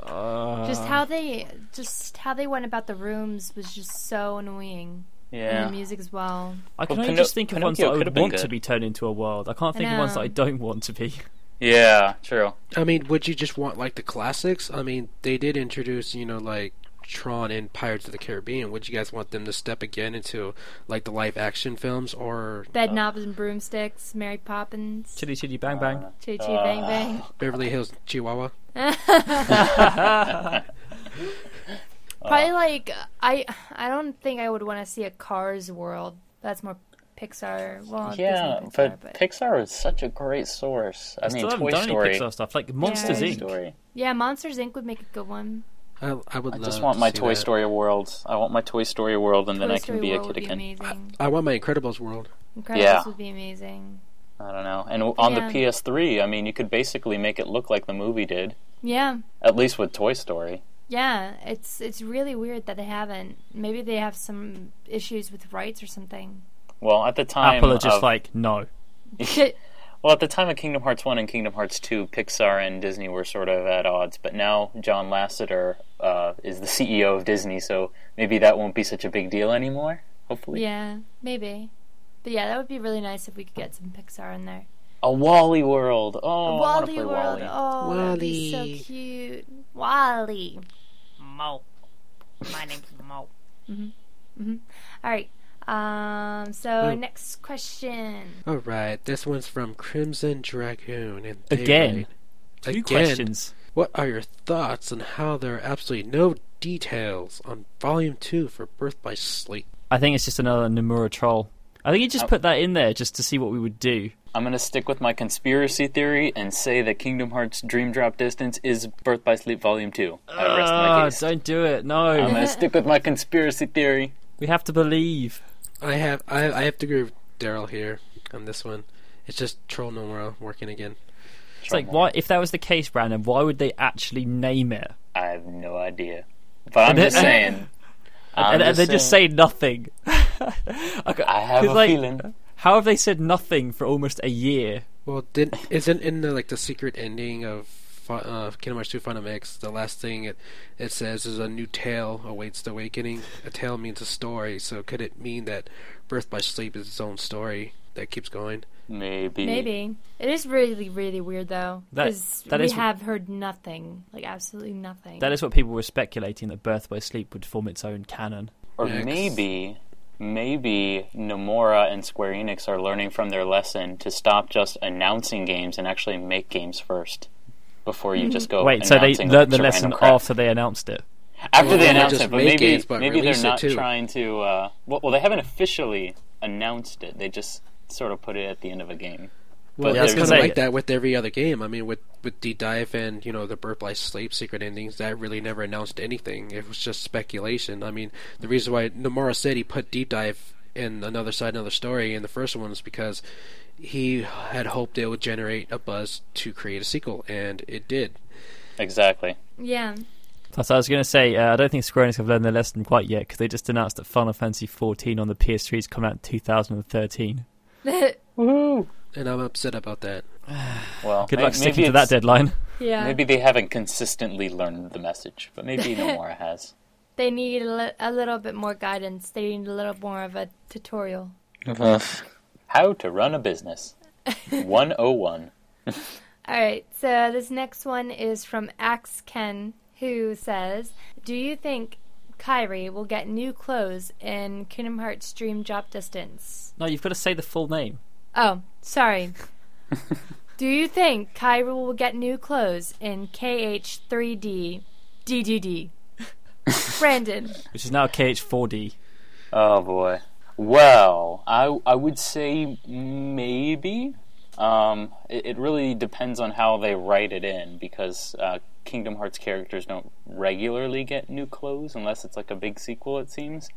uh,
just how they just how they went about the rooms was just so annoying. And
yeah.
the music as well.
I can
Well,
only
Pino-
just think of ones
Pinocchio
that I
could have
would
been
want to
good.
be turned into a world. I can't
I
think of ones that I
know.
don't want
[laughs]
to be.
Yeah.
[laughs]
True.
I mean, would you just want like the classics? I mean, they did introduce, you know, like Tron and Pirates of the Caribbean. Would you guys want them to step again into like the live action films or
Uh.
Bed knobs and broomsticks, Mary Poppins,
Chitty Chitty Bang Bang.
Choo Choo
Uh,
Bang Bang.
Beverly Hills Chihuahua?
Probably like I I don't think I would want to see a Cars world. That's more Pixar. Well,
Yeah,
Disney Pixar,
but, Pixar is such a great source. I,
I
mean,
still haven't
Toy
done
Story.
any Pixar stuff like Monsters
Toy
Toy
Inc.
Story.
yeah, Monsters Inc. would make a good one.
I, I would
I
love
just want
to
my
see
Toy
that.
Story world. I want my Toy Story world, and then
Toy
I
Story
can be a
World
kid
would be
again. [laughs]
amazing.
I want my Incredibles world.
Incredibles
Yeah.
would be amazing.
I don't know. And on
Yeah.
the PS3, I mean, you could basically make it look like the movie did,
Yeah,
at least with Toy Story.
yeah. It's it's really weird that they haven't. Maybe they have some issues with rights or
[laughs]
something. [laughs]
Well, at the time,
Apple are just
of,
like no.
well, at the time of Kingdom Hearts One and Kingdom Hearts Two, Pixar and Disney were sort of at odds. But now John Lasseter uh, is the CEO of Disney, so maybe that won't be such a big deal anymore. Hopefully,
yeah, maybe. But yeah, that would be really nice if we could get some Pixar in there.
a Wally world. Oh, I want to
Wally
play
World.
Wally.
Oh, that'd be so
Wall-E.
cute. Wally.
Mo. My name's Mo.
All right. Um. So
Ooh.
next question.
All right, this one's from Crimson Dragoon and they
Again?
write,
Two
Again.
questions.
What are your thoughts on how there are absolutely no details on Volume Two for Birth by Sleep?
I think it's just another Nomura troll. I think he
Uh,
just put that in there just to see what we would do.
I'm going to stick with my conspiracy theory and say that Kingdom Hearts Dream Drop Distance is Birth by Sleep Volume 2. I rest my
Ah,
case.
don't do it. No,
I'm going to stick with my conspiracy theory.
we have to believe.
I have I I have to agree with Daryl here on this one. It's just Troll Nomura working again.
It's like why if that was the case, Brandon, why would they actually name it?
I have no idea. But I'm
then- [laughs]
just saying. I'm
and and they just say nothing. [laughs] Okay,
I have
'cause,
a
like,
feeling.
How have they said nothing for almost a year?
Well, did isn't in the like the secret ending of Fi- uh, Kingdom Hearts 2 Funimix the last thing it it says is a new tale awaits the awakening. A tale means a story, so could it mean that Birth by Sleep is its own story that keeps going?
Maybe.
Maybe it is really, really weird though,
That-
because
that
we
is-
have heard nothing, like absolutely nothing.
That is what people were speculating that Birth by Sleep would form its own canon.
Or
Next.
maybe. Maybe Nomura and Square Enix are learning from their lesson to stop just announcing games and actually make games first before you just go
Wait, so they
Oh, announcing a
learned
bunch
the
of
lesson
random crap.
after they announced it.
after
Well,
they
not
announce
just
it, but
make
maybe
it, but
maybe they're
release it
not
too.
trying to. Uh, well, well, they haven't officially announced it. They just sort of put it at the end of a game.
Well,
But
it's
there's-
kind of
Say
like
it.
that with every other game. I mean, with with D Dive and you know the Birth by Sleep secret endings, that really never announced anything. It was just speculation. I mean, the reason why Nomura said he put Deep Dive in another side, another story in the first one is because he had hoped it would generate a buzz to create a sequel, and it did.
Exactly.
Yeah.
Plus, I was going to say, uh, I don't think Square Enix have learned their lesson quite yet because they just announced that Final Fantasy XIV on the PS3 is coming out in 2013.
And I'm upset about that.
Well,
Good
may-
luck sticking to
it's-
that deadline. [laughs]
yeah.
Maybe they haven't consistently learned the message, but maybe
[laughs]
Nomura has.
They need a, li- a little bit more guidance. They need a little more of a tutorial.
How to run
[laughs]
a business. 101.
All right, so this next one is from Axe Ken, who says, "Do you think Kyrie will get new clothes in Kingdom Hearts Dream Drop Distance?"
No, you've got to say the full name.
Oh,
[laughs]
sorry. Do you think Kyrie will get new clothes in KH3D
[laughs]
DDD? Brandon,
which is now KH4D.
Oh boy. Well, I I would say maybe. Um, it, it really depends on how they write it in because uh, Kingdom Hearts characters don't regularly get new clothes unless it's like a big sequel. It seems.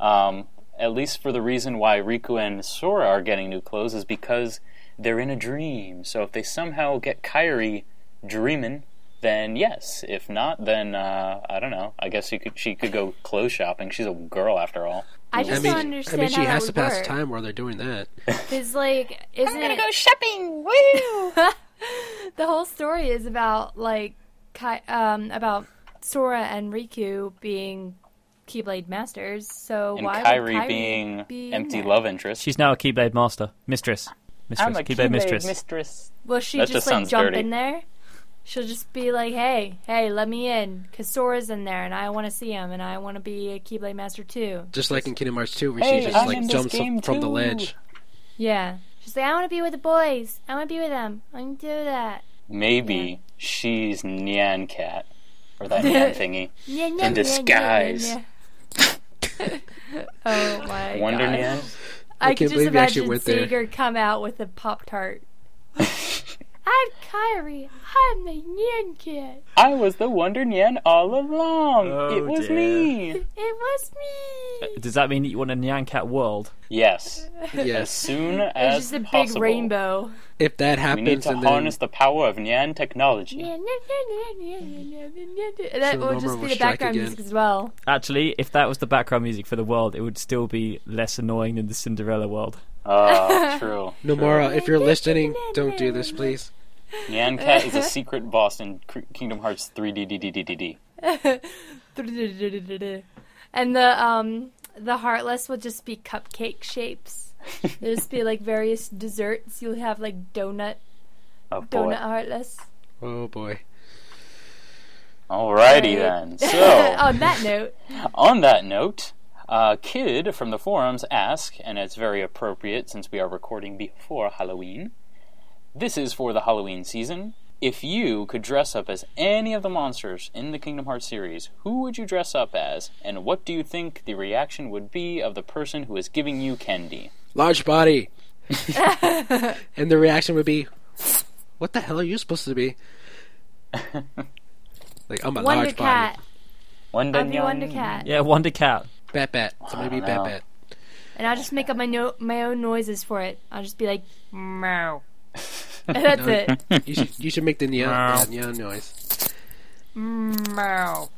Um, at least for the reason why Riku and Sora are getting new clothes is because they're in a dream. So if they somehow get Kairi dreaming, then yes. If not, then uh, I don't know. I guess you could, she could go clothes shopping. She's a girl after all.
I just
I mean,
don't
I
understand
mean, she
how
has to
that would
pass the
work.
time while they're doing that.
'Cause, like, isn't it-
shopping. Woo!
[laughs] the whole story is about like Kai, um, about Sora and Riku being Keyblade masters. So
and
why
Kyrie,
would Kyrie
being
be in
empty
there?
love interest.
She's now a Keyblade Master. Mistress. Mistress. Keyblade Mistress.
Will she
That
just,
just
like
sounds
jump
dirty.
in there? She'll just be like, "Hey, hey, let me in, cause Sora's in there, and I want to see him, and I want to be a Keyblade master too."
Just like in Kingdom Hearts 2, where
Hey,
she just
I'm in
like
this
jumps
game
up from the
too. [laughs]
ledge.
Yeah, she's like, "I want to be with the boys. I want to be with them. I want to do that."
Maybe she's Nyan Cat
[laughs]
or that Nyan thingy.
Yeah, yeah, yeah, yeah, yeah,
disguise.
yeah. [laughs] oh my
[laughs] Wonder
god.
Nyan.
I,
can't
could just
believe you actually
imagine
went there.
Seeger come out with a Pop Tart. I'm Kyrie. I'm the Nyan Kid.
[laughs] I was the Wonder Nyan all along.
Oh,
it was
[laughs]
dear.
me.
It was me.
Does that mean that you want a Nyan Cat world?
Yes, as
Yes.
soon
It's
as
just a
possible.
big rainbow.
If that
We need
happens,
to
and then
harness the power of Nyan technology.
And that
So
will
Norma
just
will
be the
strike
background
again.
music as well.
Actually, if that was the background music for the world, it would still be less annoying than the Cinderella world.
[laughs]
Ah, true.
Nomura, uh, if you're listening, don't do this, please.
true. Nyan Cat is a secret boss in Cre- Kingdom Hearts 3DDDDDD.
And the um the heartless will just be cupcake shapes. There'll just
[laughs]
be like various desserts. You'll have like donut
Oh boy.
donut heartless.
Oh boy.
[laughs]
Alrighty then.
Oh.
So.
Uh, On that
[laughs]
note,
On that note, uh, Kid from the forums asks, and it's very appropriate since we are recording before Halloween. This is for the Halloween season. If you could dress up as any of the monsters in the Kingdom Hearts series, who would you dress up as, and what do you think the reaction would be of the person who is giving you candy?
Large
[laughs]
body. and the reaction would be, What the hell are you supposed to
[laughs]
be? Like, I'm a
Wonder
large
Cat.
Wonder
I'll be Wonder Cat.
Yeah, Wonder Cat.
body. Bat Bat. Somebody
Oh,
be
I don't
Bat
know.
Bat.
And I'll just make up my no- my own noises for it. I'll just be
[laughs]
like, [laughs]
Meow.
that's it.
You should, you should make the neon, uh, neon noise.
Meow.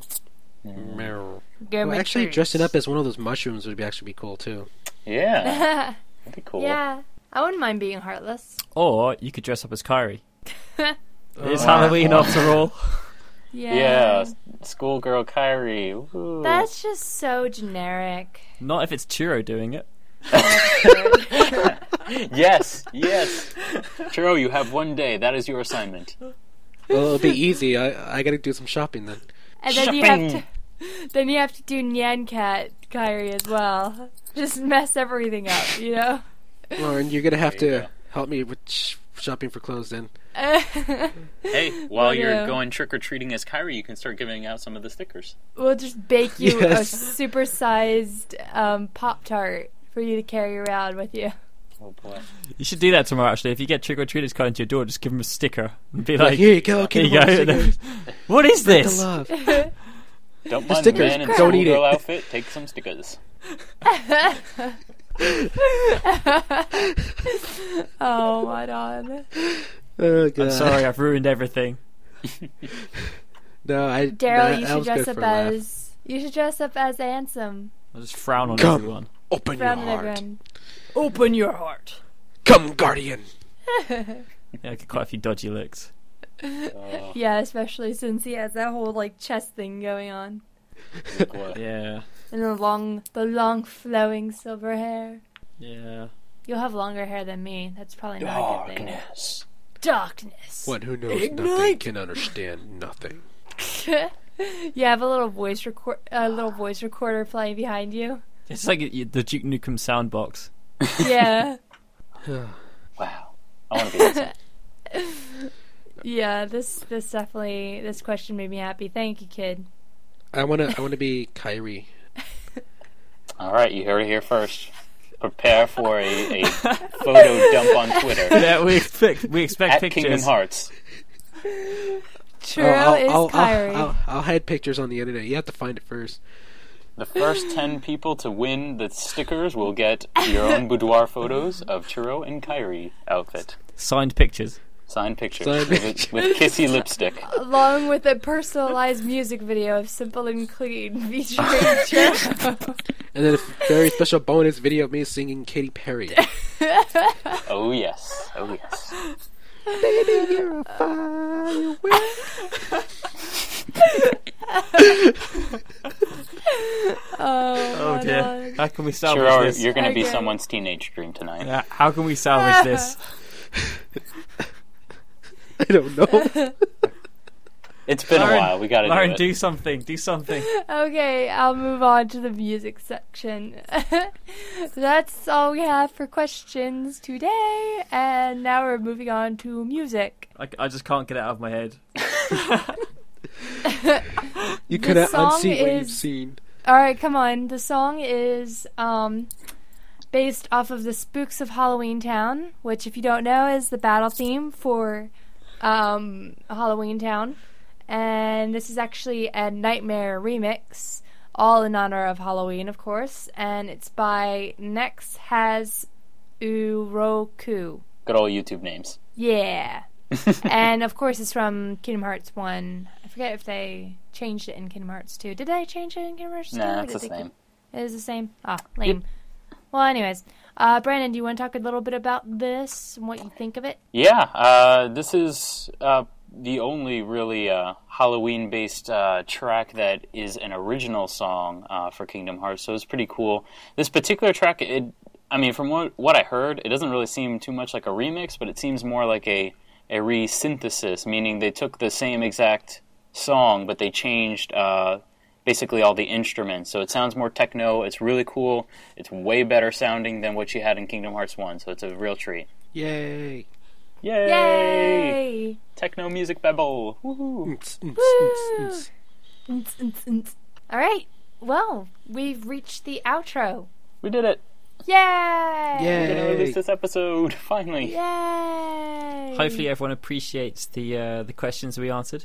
Meow.
Give
Well,
me
actually,
treats.
dressing up as one of those mushrooms would be actually be cool too.
Yeah.
[laughs]
That'd be cool.
yeah, I wouldn't mind being heartless.
Or you could dress up as Kyrie. it's Halloween after all.
Yeah.
Yeah, s- schoolgirl Kyrie. Woo.
That's just so generic.
Not if it's Chiro doing it.
[laughs]
Yes, yes. Churro, you have one day. That is your assignment.
Well,
[laughs]
it'll be easy. I I gotta do some shopping then.
And then you have to [laughs] then you have to do Nyan Cat Kyrie as well. Just mess everything up, you know? [laughs]
Lauren, you're gonna have to help me with sh- shopping for clothes then.
Hey, while
What
you're
do?
going trick or treating as Kyrie, you can start giving out some of the stickers.
We'll just bake you
Yes.
a supersized um, Pop Tart for you to carry around with you. [laughs]
Oh [laughs] boy.
You should do that tomorrow, actually. If you get trick or treaters coming to your door, just give them a sticker and be
Like,
like,
here you go,
"Here
keep
you go." what is
The
[laughs] this?
love.
Don't mind the
stickers,
man in
crap.
the
Don't eat
schoolgirl
it.
outfit. Take some [laughs] stickers.
[laughs] Oh my god.
Oh, God.
I'm sorry, I've ruined everything.
No, I.
Daryl,
that-
you
that
should
was
dress
good
up
for a laugh.
as you should dress up as Ansem
I'll just frown on
Come.
everyone.
Open your
from
heart.
everyone.
Open your heart.
Come, guardian.
Yeah, I get quite a few dodgy looks.
Oh,
Yeah, especially since he has that whole like chest thing going on.
boy.
Yeah,
And the long the long flowing silver hair.
yeah.
You'll have longer hair than me. That's probably not a good thing.
Darkness.
Darkness.
What? Who knows nothing?
Ignite.
Can understand nothing.
[laughs] You have a little voice record, a little voice recorder playing behind you.
It's like y- the Duke Nukem sound box.
[laughs] Yeah,
Wow. I want to be that.
yeah. This this definitely this question made me happy. Thank you,
Oh,
kid.
I wanna. I wanna be Kyrie.
All right, you heard it here first. Prepare for a, a photo dump on Twitter
Yeah, we expect we expect
at Kingdom
pictures.
Hearts.
True
Oh, I'll,
is
I'll,
Kyrie.
I'll, I'll, I'll hide pictures on the internet. You have to find it first.
The first ten people to win the stickers will get your own boudoir photos of Churro and Kyrie outfit.
Signed pictures.
Signed pictures
Signed
with,
pictures.
with kissy lipstick.
Along with a personalized music video of "Simple and Clean" [laughs] featuring
[laughs]
[laughs] Jericho.
And then a very special bonus video of me singing
[laughs]
Katy Perry. [laughs]
Oh yes, oh yes.
Oh, my God.
How can we salvage
Churro,
this?
you're going to be
Okay.
someone's teenage dream tonight.
[laughs] Yeah, how can we
[laughs]
salvage this?
I don't know.
It's been a
Lauren-
while. We got to do
Lauren,
it.
do something. Do something.
Okay, I'll move on to the music section. [laughs] That's all we have for questions today, and now we're moving on to music.
I, I just can't get it out of my head.
You
The
cannot
song
unsee what you've
is-
seen.
All right, come on. The song is um, based off of the Spooks of Halloween Town, which, if you don't know, is the battle theme for um, Halloween Town. And this is actually a Nightmare remix, all in honor of Halloween, of course. And it's by Next Has Uroku.
Good old YouTube names. [laughs]
Yeah. and of course, it's from Kingdom Hearts 1. I forget if they changed it in Kingdom Hearts 2. Did they change it in Kingdom Hearts 2?
Nah, it's
did
the
they keep-
same.
It is the same? Ah, lame. Well, anyways, uh, Brandon, do you want to talk a little bit about this and what you think of it?
Yeah, uh, this is uh, the only really uh, Halloween based uh, track that is an original song uh, for Kingdom Hearts, so it's pretty cool. This particular track, it, I mean, from what, what I heard, it doesn't really seem too much like a remix, but it seems more like a, a resynthesis, meaning they took the same exact song, but they changed uh, basically all the instruments. So it sounds more techno, it's really cool, it's way better sounding than what you had in Kingdom Hearts 1, so it's a real treat.
Yay.
Yay!
Yay!
Techno music babble. Woohoo.
Mm-ts, mm-ts, mm-ts,
Nts, nts, nts. All right. Well, we've reached the outro.
We did it.
Yay!
mm-ts.
We're gonna release
Yay.
this episode [laughs] finally.
Yay!
Hopefully, everyone appreciates the uh, the questions we answered.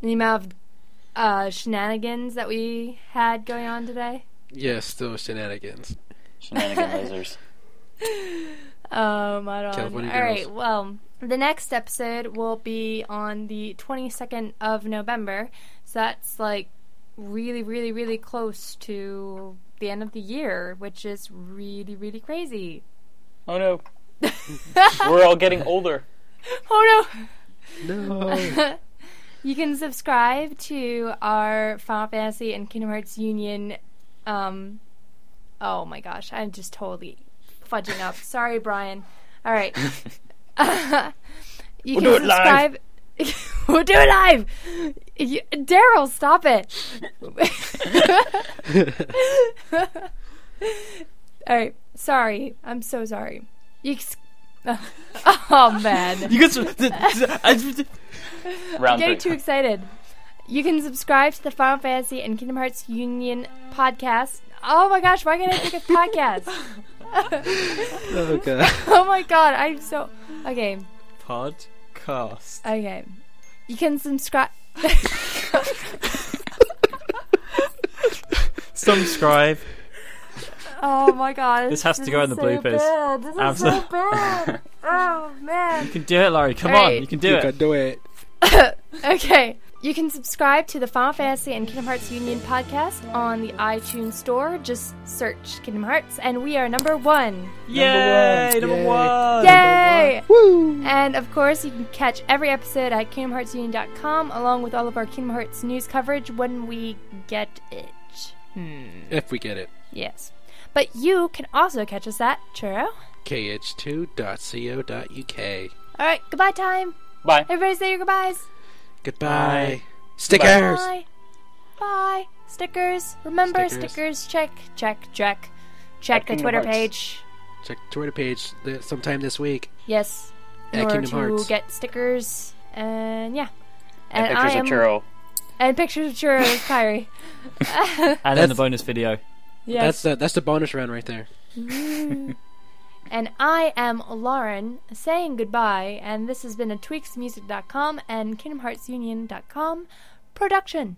the amount of uh, shenanigans that we had going on today.
Yes,
[laughs]
those shenanigans. [laughs]
Shenanigan lasers.
Oh my god.
California
All
girls.
right, well, the next episode will be on the 22nd of November. So that's like really, really, really close to the end of the year, which is really, really crazy. [laughs]
Oh no. We're all getting older.
Oh no!
No.
[laughs] You can subscribe to our Final Fantasy and Kingdom Hearts Union. Um, oh my gosh, I'm just totally fudging up. Sorry, Brian. All right. [laughs] you
do it live.
subscribe- [laughs] we'll do it live. You- Daryl, stop it. [laughs] All right. Sorry. I'm so sorry. You, c- [laughs] Oh man.
[laughs] You guys, [laughs] th- th- th-
Round
Getting too
three.
excited. You can subscribe to the Final Fantasy and Kingdom Hearts Union podcast. Oh my gosh, why can't I think of podcast? [laughs]
Oh god.
oh my god, I'm so okay.
podcast.
Okay, you can subscribe.
Subscribe.
Oh my god,
This has to go
is
in the
so
bloopers.
bad. This is so
Absolutely.
bad. Oh man.
You can do it, Larry. Come
Alright.
on, you can [laughs] do
You
it.
can do it.
Okay. You can subscribe to the Final Fantasy and Kingdom Hearts Union podcast on the iTunes Store. Just search Kingdom Hearts, and we are number one.
Yay!
Number one.
Number
Yay.
one.
Yay!
Woo!
And of course, you can catch every episode at KingdomHeartsUnion.com along with all of our Kingdom Hearts news coverage when we get it.
If we get it.
Yes. But you can also catch us at Churro.
kh2.co.uk.
All right, goodbye time.
Bye.
Everybody say your goodbyes.
Goodbye. Stickers.
Bye. Bye. Stickers. Remember stickers.
Stickers.
Check, check, check. Check
At
the
Kingdom
Twitter
Hearts.
page.
Check Twitter page th- sometime this week.
Yes. In
At
order
Kingdom
to
Hearts.
get stickers. And yeah.
And pictures
I
of
am-
Churro.
And pictures of churros,
[laughs]
Kyrie.
And then the bonus video.
Yes.
That's the that's the bonus round right there.
and I am Lauren saying goodbye. And this has been a TweaksMusic.com and KingdomHeartsUnion.com production.